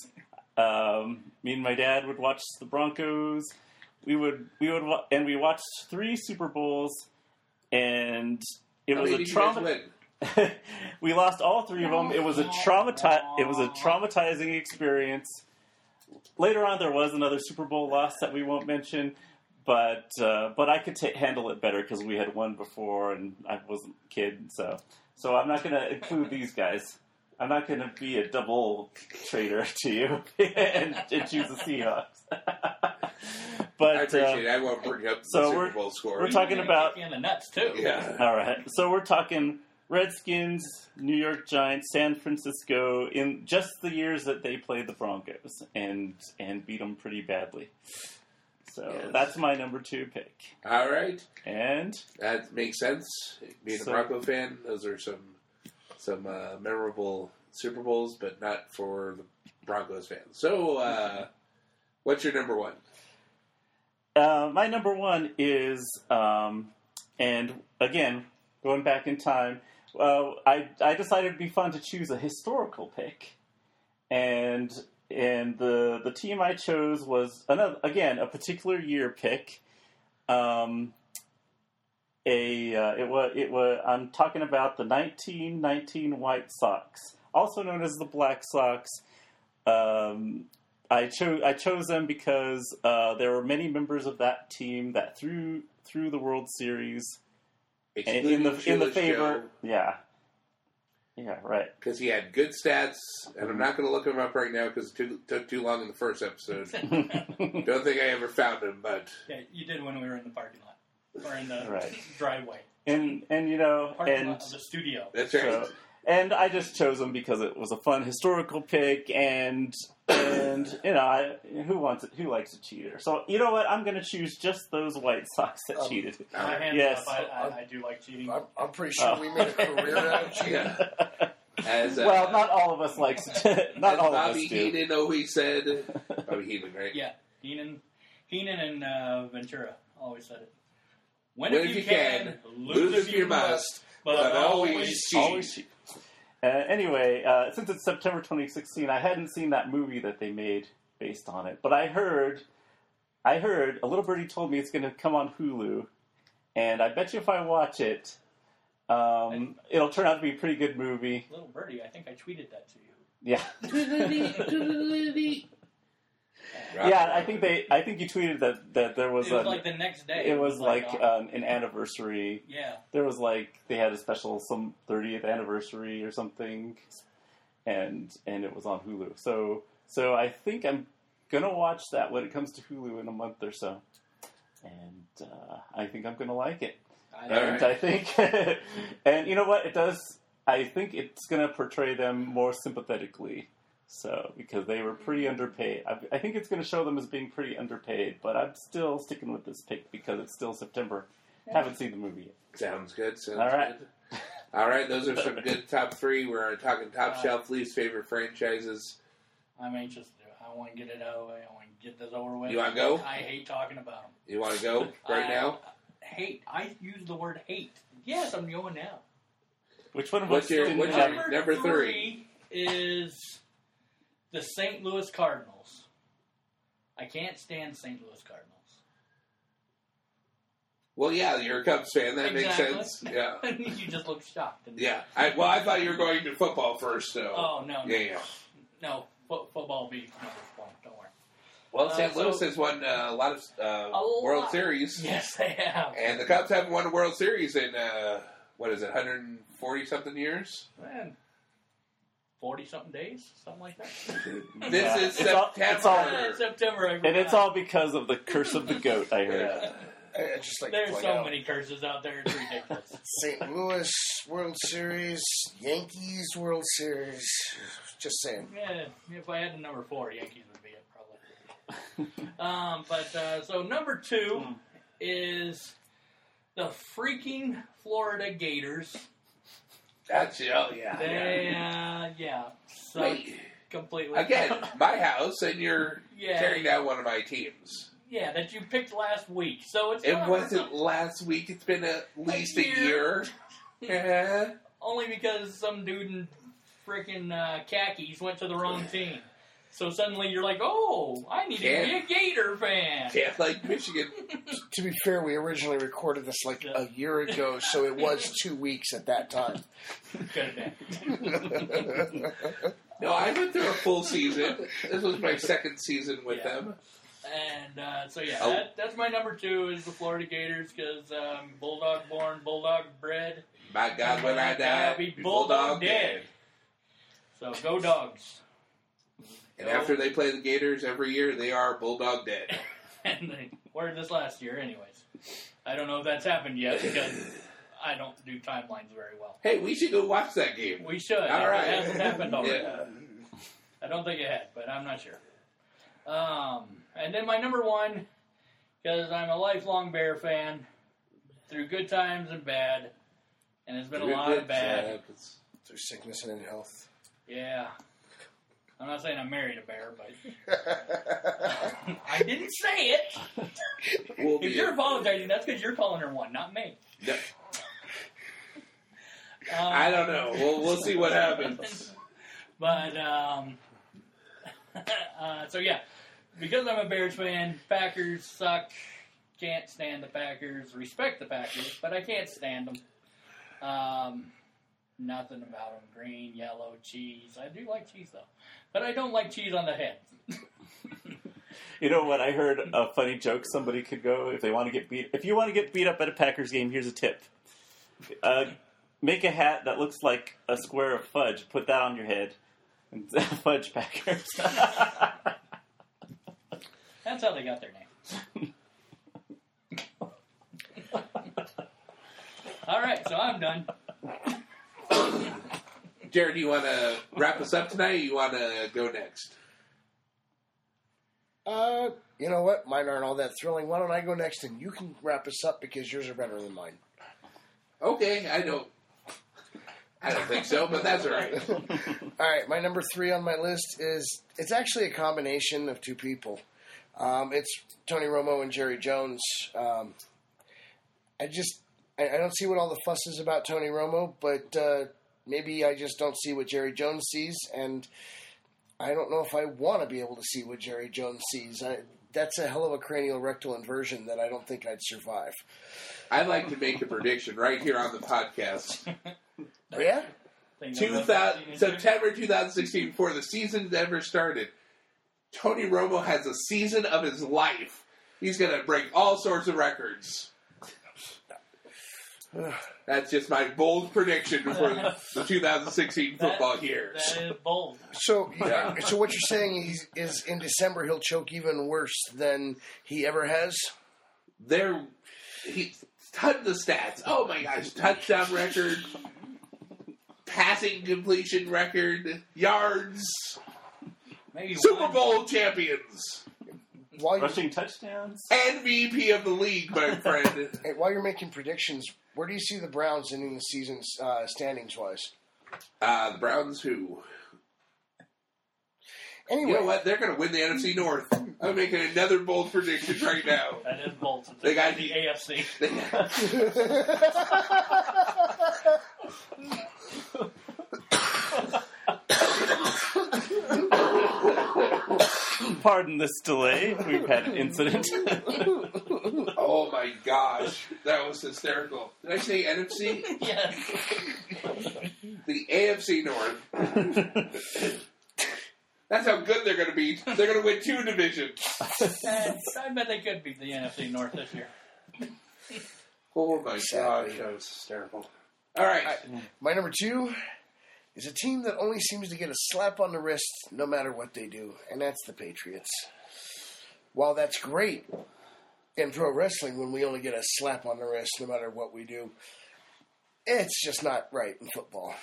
[SPEAKER 2] Um, me and my dad would watch the Broncos. We would we would wa- and we watched three Super Bowls, and it
[SPEAKER 3] How
[SPEAKER 2] was a
[SPEAKER 3] many Oh, did you guys
[SPEAKER 2] trauma
[SPEAKER 3] win?
[SPEAKER 2] [LAUGHS] we lost all three of them. It was a traumati- It was a traumatizing experience. Later on, there was another Super Bowl loss that we won't mention, but uh, but I could ta handle it better because we had won before and I wasn't a kid. So so I'm not going to include these guys. I'm not going to be a double traitor [LAUGHS] to you and, and choose the Seahawks. [LAUGHS] but
[SPEAKER 3] I
[SPEAKER 2] uh,
[SPEAKER 3] appreciate it. I won't bring up the
[SPEAKER 2] so
[SPEAKER 3] Super
[SPEAKER 2] we're-
[SPEAKER 3] Bowl score.
[SPEAKER 2] we're talking
[SPEAKER 1] Kick
[SPEAKER 2] about-
[SPEAKER 1] you in the nuts too.
[SPEAKER 3] [LAUGHS] yeah.
[SPEAKER 2] [LAUGHS] All right. So we're talking Redskins, New York Giants, San Francisco in just the years that they played the Broncos and and beat them pretty badly. So
[SPEAKER 3] Yes.
[SPEAKER 2] that's my number two pick.
[SPEAKER 3] All right.
[SPEAKER 2] And
[SPEAKER 3] That makes sense. Being
[SPEAKER 2] So-
[SPEAKER 3] a Bronco fan, those are some some uh, memorable Super Bowls, but not for the Broncos fans. So, uh, what's your number one?
[SPEAKER 2] uh, my number one is, um, and again, going back in time, uh, I I decided it'd be fun to choose a historical pick, and and the the team I chose was another again a particular year pick. Um, a uh, it was it was I'm talking about the 1919 White Sox, also known as the Black Sox. Um, I chose I chose them because uh, there were many members of that team that threw through the World Series and in the in the favor. Yeah, yeah, right. [LAUGHS]
[SPEAKER 3] because he had good stats, and
[SPEAKER 2] Mm-hmm.
[SPEAKER 3] I'm not going to look him up right now because it took, took too long in the first episode.
[SPEAKER 2] [LAUGHS]
[SPEAKER 3] Don't think I ever found him, but
[SPEAKER 1] Yeah, you did when we were in the parking lot or in the
[SPEAKER 2] Right.
[SPEAKER 1] driveway,
[SPEAKER 2] And and you know
[SPEAKER 1] parking
[SPEAKER 2] and
[SPEAKER 1] lot of the studio.
[SPEAKER 3] that's right.
[SPEAKER 2] so, and I just chose them because it was a fun historical pick and and you know I, who wants it, who likes a cheater. So you know what I'm going to choose just those White Sox that
[SPEAKER 4] Um,
[SPEAKER 2] cheated.
[SPEAKER 1] My hands
[SPEAKER 2] Yes.
[SPEAKER 1] up. I, I, I do like cheating.
[SPEAKER 4] I'm, I'm pretty sure
[SPEAKER 2] Oh.
[SPEAKER 4] we made a [LAUGHS]
[SPEAKER 3] [LAUGHS]
[SPEAKER 4] career out of
[SPEAKER 2] [LAUGHS]
[SPEAKER 4] cheating.
[SPEAKER 3] yeah. As, uh,
[SPEAKER 2] Well, not all of us likes [LAUGHS] not
[SPEAKER 3] as
[SPEAKER 2] all of us
[SPEAKER 3] Bobby
[SPEAKER 2] do.
[SPEAKER 3] Heenan always said, Bobby Heenan, right?
[SPEAKER 1] Yeah, Heenan, Heenan and uh, Ventura always said it. When,
[SPEAKER 3] When if you can, lose if you must, but always cheat.
[SPEAKER 2] Always cheap. Uh, anyway, uh, since it's September 2016, I hadn't seen that movie that they made based on it, but I heard, I heard a little birdie told me it's going to come on Hulu, and I bet you if I watch it, um, it'll turn out to be a pretty good movie.
[SPEAKER 1] Little birdie, I think I tweeted that to you.
[SPEAKER 2] Yeah,
[SPEAKER 3] Rock
[SPEAKER 2] yeah.
[SPEAKER 3] and
[SPEAKER 2] I think they, I think you tweeted that that there was,
[SPEAKER 1] It was
[SPEAKER 2] an-
[SPEAKER 1] like the next day.
[SPEAKER 2] it was like
[SPEAKER 1] uh,
[SPEAKER 2] um, an anniversary
[SPEAKER 1] yeah,
[SPEAKER 2] there was like they had a special some 30th anniversary or something and and it was on hulu so so i think i'm gonna watch that when it comes to hulu in a month or so and uh, i think i'm gonna like it
[SPEAKER 1] I,
[SPEAKER 3] All
[SPEAKER 2] and
[SPEAKER 3] right.
[SPEAKER 2] i think [LAUGHS] and you know what it does i think it's gonna portray them more sympathetically so because they were pretty underpaid I, I think it's gonna show them as being pretty underpaid but i'm still sticking with this pick because it's still september haven't seen the movie yet
[SPEAKER 3] Sounds good. Sounds
[SPEAKER 2] All right.
[SPEAKER 3] good. All right, those
[SPEAKER 2] [LAUGHS]
[SPEAKER 3] are some good top three. We're talking top shelf, least favorite franchises.
[SPEAKER 1] I'm anxious to do it. I want to get it out of the way. I want to get this over with.
[SPEAKER 3] You wanna go?
[SPEAKER 1] I hate talking about them.
[SPEAKER 3] You want to go [LAUGHS] right
[SPEAKER 1] I-
[SPEAKER 3] now?
[SPEAKER 1] Hate. I use the word hate. Yes, I'm going now.
[SPEAKER 2] Which one of
[SPEAKER 3] What's
[SPEAKER 2] us
[SPEAKER 3] your-
[SPEAKER 2] didn't
[SPEAKER 3] what's
[SPEAKER 2] have-
[SPEAKER 3] your- number three.
[SPEAKER 1] is the St. Louis Cardinals. I can't stand St. Louis Cardinals.
[SPEAKER 3] Well, yeah, you're a Cubs fan. That
[SPEAKER 1] Exactly.
[SPEAKER 3] makes sense. [LAUGHS] Yeah,
[SPEAKER 1] [LAUGHS] you just look shocked. And,
[SPEAKER 3] yeah. I, well, I thought you were going to football first, though.
[SPEAKER 1] Oh no, no,
[SPEAKER 3] yeah, yeah.
[SPEAKER 1] no. Fo- football beat number one. Don't worry.
[SPEAKER 3] Well,
[SPEAKER 1] Uh,
[SPEAKER 3] St. Louis
[SPEAKER 1] so-
[SPEAKER 3] has won uh, a lot of uh,
[SPEAKER 1] lot.
[SPEAKER 3] World Series,
[SPEAKER 1] Yes, they have.
[SPEAKER 3] and the Cubs haven't won a World Series in uh, what is it, 140 something [LAUGHS] years?
[SPEAKER 1] Man, forty something days, something like that.
[SPEAKER 3] This
[SPEAKER 2] Yeah.
[SPEAKER 3] is
[SPEAKER 2] It's all-
[SPEAKER 3] September.
[SPEAKER 2] it's all-
[SPEAKER 1] Yeah, it's [LAUGHS] September. I
[SPEAKER 2] And it's
[SPEAKER 1] forgot.
[SPEAKER 2] all because of the curse of the goat, I heard.
[SPEAKER 3] Yeah.
[SPEAKER 4] I I just like to
[SPEAKER 1] There's
[SPEAKER 4] point
[SPEAKER 1] so
[SPEAKER 4] out,
[SPEAKER 1] many curses out there. It's ridiculous.
[SPEAKER 4] St. Louis World Series, Yankees World Series. Just saying.
[SPEAKER 1] yeah, if I had a number four, Yankees would be it probably. [LAUGHS] um, but uh, so number two
[SPEAKER 2] Hmm.
[SPEAKER 1] is the freaking Florida
[SPEAKER 3] [LAUGHS]
[SPEAKER 1] Gators.
[SPEAKER 3] That's oh yeah.
[SPEAKER 1] They uh, yeah,
[SPEAKER 3] yeah.
[SPEAKER 1] suck
[SPEAKER 3] Wait,
[SPEAKER 1] completely.
[SPEAKER 3] again, my house, and you're
[SPEAKER 1] [LAUGHS] yeah,
[SPEAKER 3] tearing down one of my teams.
[SPEAKER 1] yeah, that you picked last week. So it's
[SPEAKER 3] It
[SPEAKER 1] not-
[SPEAKER 3] wasn't last week. It's been at least a year.
[SPEAKER 1] year.
[SPEAKER 3] Yeah.
[SPEAKER 1] [LAUGHS] [LAUGHS] only because some dude in freaking uh, khakis went to the
[SPEAKER 3] [LAUGHS]
[SPEAKER 1] wrong team. So suddenly you're like, oh, I need to be
[SPEAKER 3] Can't-
[SPEAKER 1] a Gator fan.
[SPEAKER 3] [LAUGHS] Can't like Michigan.
[SPEAKER 1] [LAUGHS]
[SPEAKER 4] To be fair, we originally recorded this like a year ago, so it was
[SPEAKER 3] [LAUGHS]
[SPEAKER 4] two weeks at that time.
[SPEAKER 1] Could have been.
[SPEAKER 3] No, I went through a full season. This was my second season with
[SPEAKER 1] Yeah.
[SPEAKER 3] them.
[SPEAKER 1] And uh, so yeah,
[SPEAKER 3] Oh.
[SPEAKER 1] that, that's my number two is the Florida Gators because um, bulldog born, bulldog bred.
[SPEAKER 3] My God, when I die,
[SPEAKER 1] I'll be
[SPEAKER 3] be
[SPEAKER 1] Bulldog dead. So go dogs. [LAUGHS]
[SPEAKER 3] And after they play the Gators every year, they are
[SPEAKER 1] [LAUGHS]
[SPEAKER 3] bulldog dead. [LAUGHS]
[SPEAKER 1] and they were this last year, anyways. I don't know if that's happened yet because I don't do timelines very well.
[SPEAKER 3] Hey, we should go watch that game.
[SPEAKER 1] We should.
[SPEAKER 3] All right.
[SPEAKER 1] It hasn't happened already.
[SPEAKER 3] Yeah.
[SPEAKER 1] I don't think it had, but I'm not sure. Um, and then my number one, because I'm a lifelong Bear fan, through good times and bad, and it's been a lot of bad.
[SPEAKER 4] Through sickness and in health.
[SPEAKER 1] Yeah. I'm not saying I married a bear, but I didn't say it.
[SPEAKER 3] We'll
[SPEAKER 1] If
[SPEAKER 3] be
[SPEAKER 1] you're apologizing, that's because you're calling her one, not me.
[SPEAKER 3] No,
[SPEAKER 1] Um,
[SPEAKER 3] I don't know. We'll, we'll see
[SPEAKER 1] [LAUGHS]
[SPEAKER 3] what happens.
[SPEAKER 1] But um, [LAUGHS] uh, so yeah, because I'm a Bears fan, Packers suck. Can't stand the Packers. Respect the Packers, but I can't stand them. Um, nothing about them. Green, yellow, cheese. I do like cheese though, but I don't like cheese on the head.
[SPEAKER 2] You know what? I heard a funny joke somebody could go if they want to get beat. If you want to get beat up at a Packers game, here's a tip: uh, make a hat that looks like a square of fudge. Put that on your head. And [LAUGHS] fudge Packers.
[SPEAKER 1] That's how they got their name. All right, so I'm done.
[SPEAKER 3] Jared, you want to wrap us up tonight? Or you want to go next?
[SPEAKER 4] Uh, you know what? Mine aren't all that thrilling. Why don't I go next and you can wrap us up because yours are better than mine.
[SPEAKER 3] Okay, I don't. I don't think so, but that's all right.
[SPEAKER 4] All right, my number three on my list is it's actually a combination of two people. Um, it's Tony Romo and Jerry Jones. Um, I just I, I don't see what all the fuss is about Tony Romo, but uh, maybe I just don't see what Jerry Jones sees, and I don't know if I want to be able to see what Jerry Jones sees. I, that's a hell of a cranial rectal inversion that I don't think I'd survive.
[SPEAKER 3] I'd like to make a prediction right here on the podcast.
[SPEAKER 4] yeah,
[SPEAKER 1] Think
[SPEAKER 3] Two
[SPEAKER 1] I'm
[SPEAKER 3] thou-
[SPEAKER 1] done.
[SPEAKER 3] September 2016, before the season's ever started, Tony Romo has a season of his life. He's going to break all sorts of records. That's just my bold prediction for the 2016
[SPEAKER 1] That-
[SPEAKER 3] football year.
[SPEAKER 1] That is bold.
[SPEAKER 4] So,
[SPEAKER 3] Yeah.
[SPEAKER 4] so what you're saying is, is in December he'll choke even worse than he ever has.
[SPEAKER 3] There, he tons of stats. Oh my gosh, touchdown record, passing completion record, yards,
[SPEAKER 1] Maybe
[SPEAKER 3] Super
[SPEAKER 1] one-
[SPEAKER 3] Bowl champions.
[SPEAKER 4] While you're,
[SPEAKER 2] Rushing touchdowns.
[SPEAKER 3] MVP of the league, my friend.
[SPEAKER 4] hey, while you're making predictions, Where do you see the Browns ending the season uh, standings wise?
[SPEAKER 3] Uh, the Browns, who
[SPEAKER 4] Anyway,
[SPEAKER 3] you know what, they're going to win the NFC North. I'm making another bold prediction right now.
[SPEAKER 1] That is bold. Since
[SPEAKER 3] They
[SPEAKER 1] it's
[SPEAKER 3] got
[SPEAKER 1] the
[SPEAKER 3] you. [LAUGHS]
[SPEAKER 1] AFC.
[SPEAKER 3] They,
[SPEAKER 2] Pardon this delay. We've had an incident.
[SPEAKER 3] oh my gosh, that was hysterical. Did I say NFC?
[SPEAKER 1] yes.
[SPEAKER 3] The AFC North. That's how good they're going to be. They're going to win two divisions.
[SPEAKER 1] And I bet they could beat the NFC North this year.
[SPEAKER 3] Oh my
[SPEAKER 4] Exactly.
[SPEAKER 3] gosh, that was hysterical. All right,
[SPEAKER 4] my number two is a team that only seems to get a slap on the wrist no matter what they do, and that's the Patriots. While that's great in pro wrestling when we only get a slap on the wrist no matter what we do, it's just not right in football.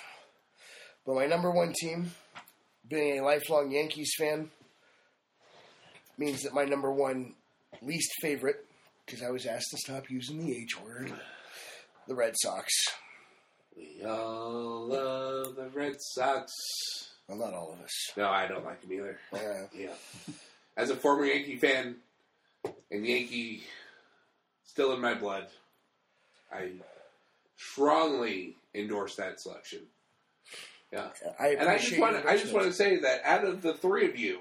[SPEAKER 4] But my number one team, being a lifelong Yankees fan, means that my number one least favorite, because I was asked to stop using the H word, the Red Sox.
[SPEAKER 3] we all love the Red Sox.
[SPEAKER 4] Well, not all of us.
[SPEAKER 3] No, I don't like them either.
[SPEAKER 4] Yeah.
[SPEAKER 3] Yeah. As a former Yankee fan, and Yankee still in my blood, I strongly endorse that selection. Yeah.
[SPEAKER 4] I
[SPEAKER 3] And I just
[SPEAKER 4] appreciate
[SPEAKER 3] want to, I just want to
[SPEAKER 4] want
[SPEAKER 3] say that out of the three of you,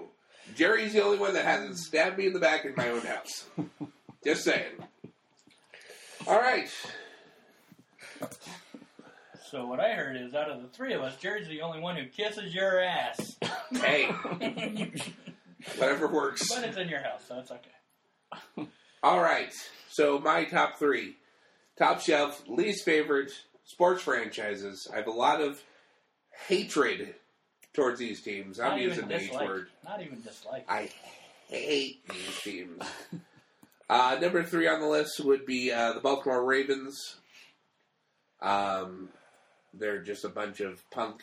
[SPEAKER 3] Jerry's the only one that hasn't stabbed me in the back in my own house. just saying. All right.
[SPEAKER 1] So what I heard is, out of the three of us, Jerry's the only one who kisses your ass.
[SPEAKER 3] Hey,
[SPEAKER 1] but
[SPEAKER 3] whatever works.
[SPEAKER 1] it's in your house, so it's okay.
[SPEAKER 3] All right. So my top three, top shelf, least favorite sports franchises. I have a lot of hatred towards these teams. I'm
[SPEAKER 1] Not
[SPEAKER 3] using
[SPEAKER 1] even
[SPEAKER 3] the H
[SPEAKER 1] dislike.
[SPEAKER 3] word.
[SPEAKER 1] Not even dislike.
[SPEAKER 3] I hate these teams. uh, number three on the list would be uh, the Baltimore Ravens. Um, they're just a bunch of punk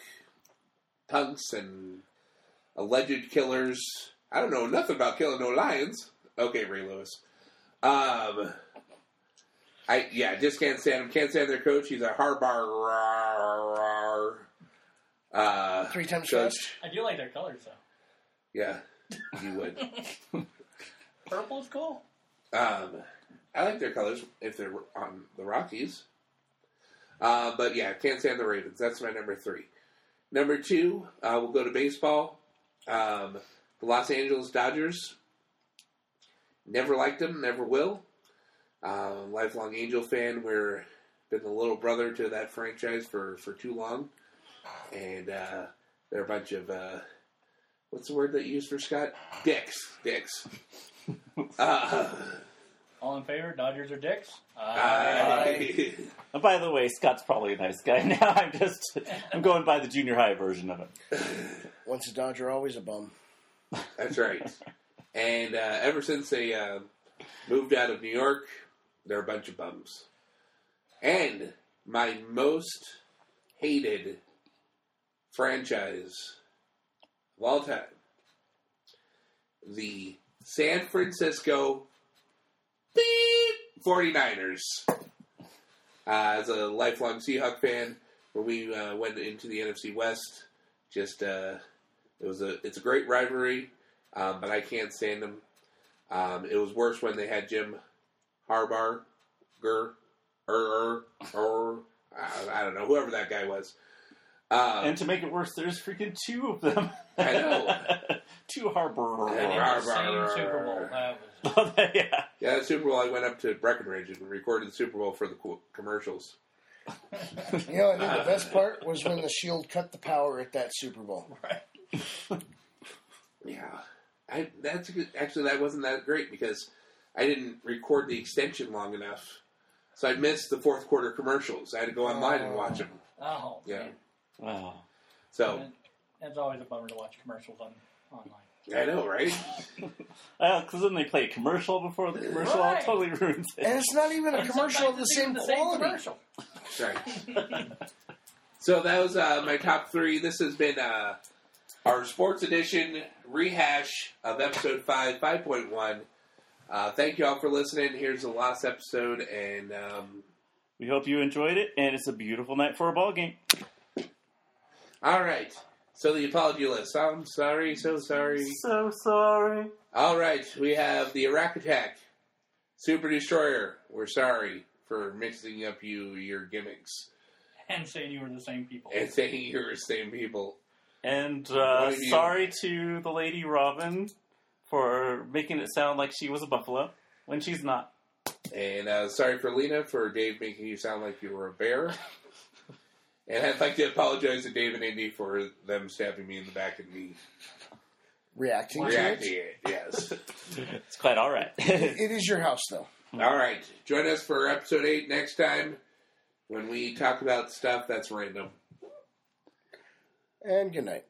[SPEAKER 3] punks and alleged killers. I don't know nothing about killing no lions. Okay, Ray Lewis. Um, I yeah, just can't stand him. Can't stand their coach. He's a harbar. Uh,
[SPEAKER 4] Three times
[SPEAKER 3] coach.
[SPEAKER 4] fast.
[SPEAKER 1] I do like their colors though.
[SPEAKER 3] Yeah, you would.
[SPEAKER 1] Purple's cool.
[SPEAKER 3] Um, I like their colors if they're on the Rockies. Uh, but yeah, can't stand the Ravens. That's my number three. Number two, uh, we'll go to baseball. Um, the Los Angeles Dodgers. Never liked them, never will. Uh, lifelong Angel fan. We're been the little brother to that franchise for, for too long, and uh, they're a bunch of uh, what's the word that you used for Scott? Dicks, dicks. Uh,
[SPEAKER 1] All in favor? Dodgers or dicks?
[SPEAKER 3] Aye. [LAUGHS]
[SPEAKER 2] And by the way, Scott's probably a nice guy [LAUGHS] now. I'm just I'm going by the junior high version of it.
[SPEAKER 4] Once a Dodger, always
[SPEAKER 3] [LAUGHS]
[SPEAKER 4] a bum.
[SPEAKER 3] That's right. And uh, ever since they uh, moved out of New York, they're a bunch of bums. And my most hated franchise of all time, the San Francisco beep, 49ers. Uh, as a lifelong Seahawk fan, when we uh, went into the NFC West, just uh, it was a it's a great rivalry, um, but I can't stand them. Um, it was worse when they had Jim Harbar, Gur, er, er, er, I, I don't know whoever that guy was. Um,
[SPEAKER 2] And to make it worse, there's freaking two of them.
[SPEAKER 3] I know.
[SPEAKER 2] [LAUGHS] two harbor.
[SPEAKER 1] They
[SPEAKER 2] [LAUGHS]
[SPEAKER 3] Yeah.
[SPEAKER 1] had the same Super Bowl. That was
[SPEAKER 2] Oh, yeah.
[SPEAKER 3] Yeah, the Super Bowl. I went up to Breckenridge and recorded the Super Bowl for the co- commercials.
[SPEAKER 4] You know, I think the best part was when the Shield cut the power at that Super Bowl.
[SPEAKER 1] right.
[SPEAKER 3] Yeah, I that's a good, actually that wasn't that great because I didn't record the extension long enough, so I missed the fourth quarter commercials. I had to go online and watch them.
[SPEAKER 1] Oh,
[SPEAKER 3] Yeah.
[SPEAKER 1] man.
[SPEAKER 2] Wow.
[SPEAKER 3] So
[SPEAKER 1] It's always a bummer to watch commercials on online.
[SPEAKER 3] I know, right?
[SPEAKER 2] Because then they play a commercial before the commercial.
[SPEAKER 1] Right.
[SPEAKER 2] Totally ruins it.
[SPEAKER 4] And it's not even a
[SPEAKER 1] And
[SPEAKER 4] commercial
[SPEAKER 1] sometimes
[SPEAKER 4] of the
[SPEAKER 1] it's
[SPEAKER 4] same
[SPEAKER 1] even
[SPEAKER 4] quality.
[SPEAKER 1] commercial.
[SPEAKER 3] Sorry. so that was uh, my top three. This has been uh, our sports edition rehash of episode five, five point one. Uh, thank you all for listening. Here's the last episode, and um,
[SPEAKER 2] We hope you enjoyed it, and it's a beautiful night for a ball game.
[SPEAKER 3] All right. So the apology list. I'm sorry, so sorry.
[SPEAKER 2] So sorry.
[SPEAKER 3] All right, we have the Iraq attack, Super Destroyer. We're sorry for mixing up you your gimmicks
[SPEAKER 1] and saying you were the same people.
[SPEAKER 3] and [LAUGHS] saying you're the same people.
[SPEAKER 2] And uh,
[SPEAKER 3] What do you-
[SPEAKER 2] sorry to the lady Robin for making it sound like she was a buffalo when she's
[SPEAKER 3] [LAUGHS]
[SPEAKER 2] not.
[SPEAKER 3] And uh, sorry for Lena for Dave making you sound like you were a bear. [LAUGHS] And I'd like to apologize to Dave and Indy for them stabbing me in the back and me
[SPEAKER 4] Reacting
[SPEAKER 3] reacting
[SPEAKER 4] to it.
[SPEAKER 3] it. Yes.
[SPEAKER 2] It's quite all right. [LAUGHS]
[SPEAKER 4] It is your house, though.
[SPEAKER 3] All right. Join us for episode eight next time when we talk about stuff that's random.
[SPEAKER 4] And good night.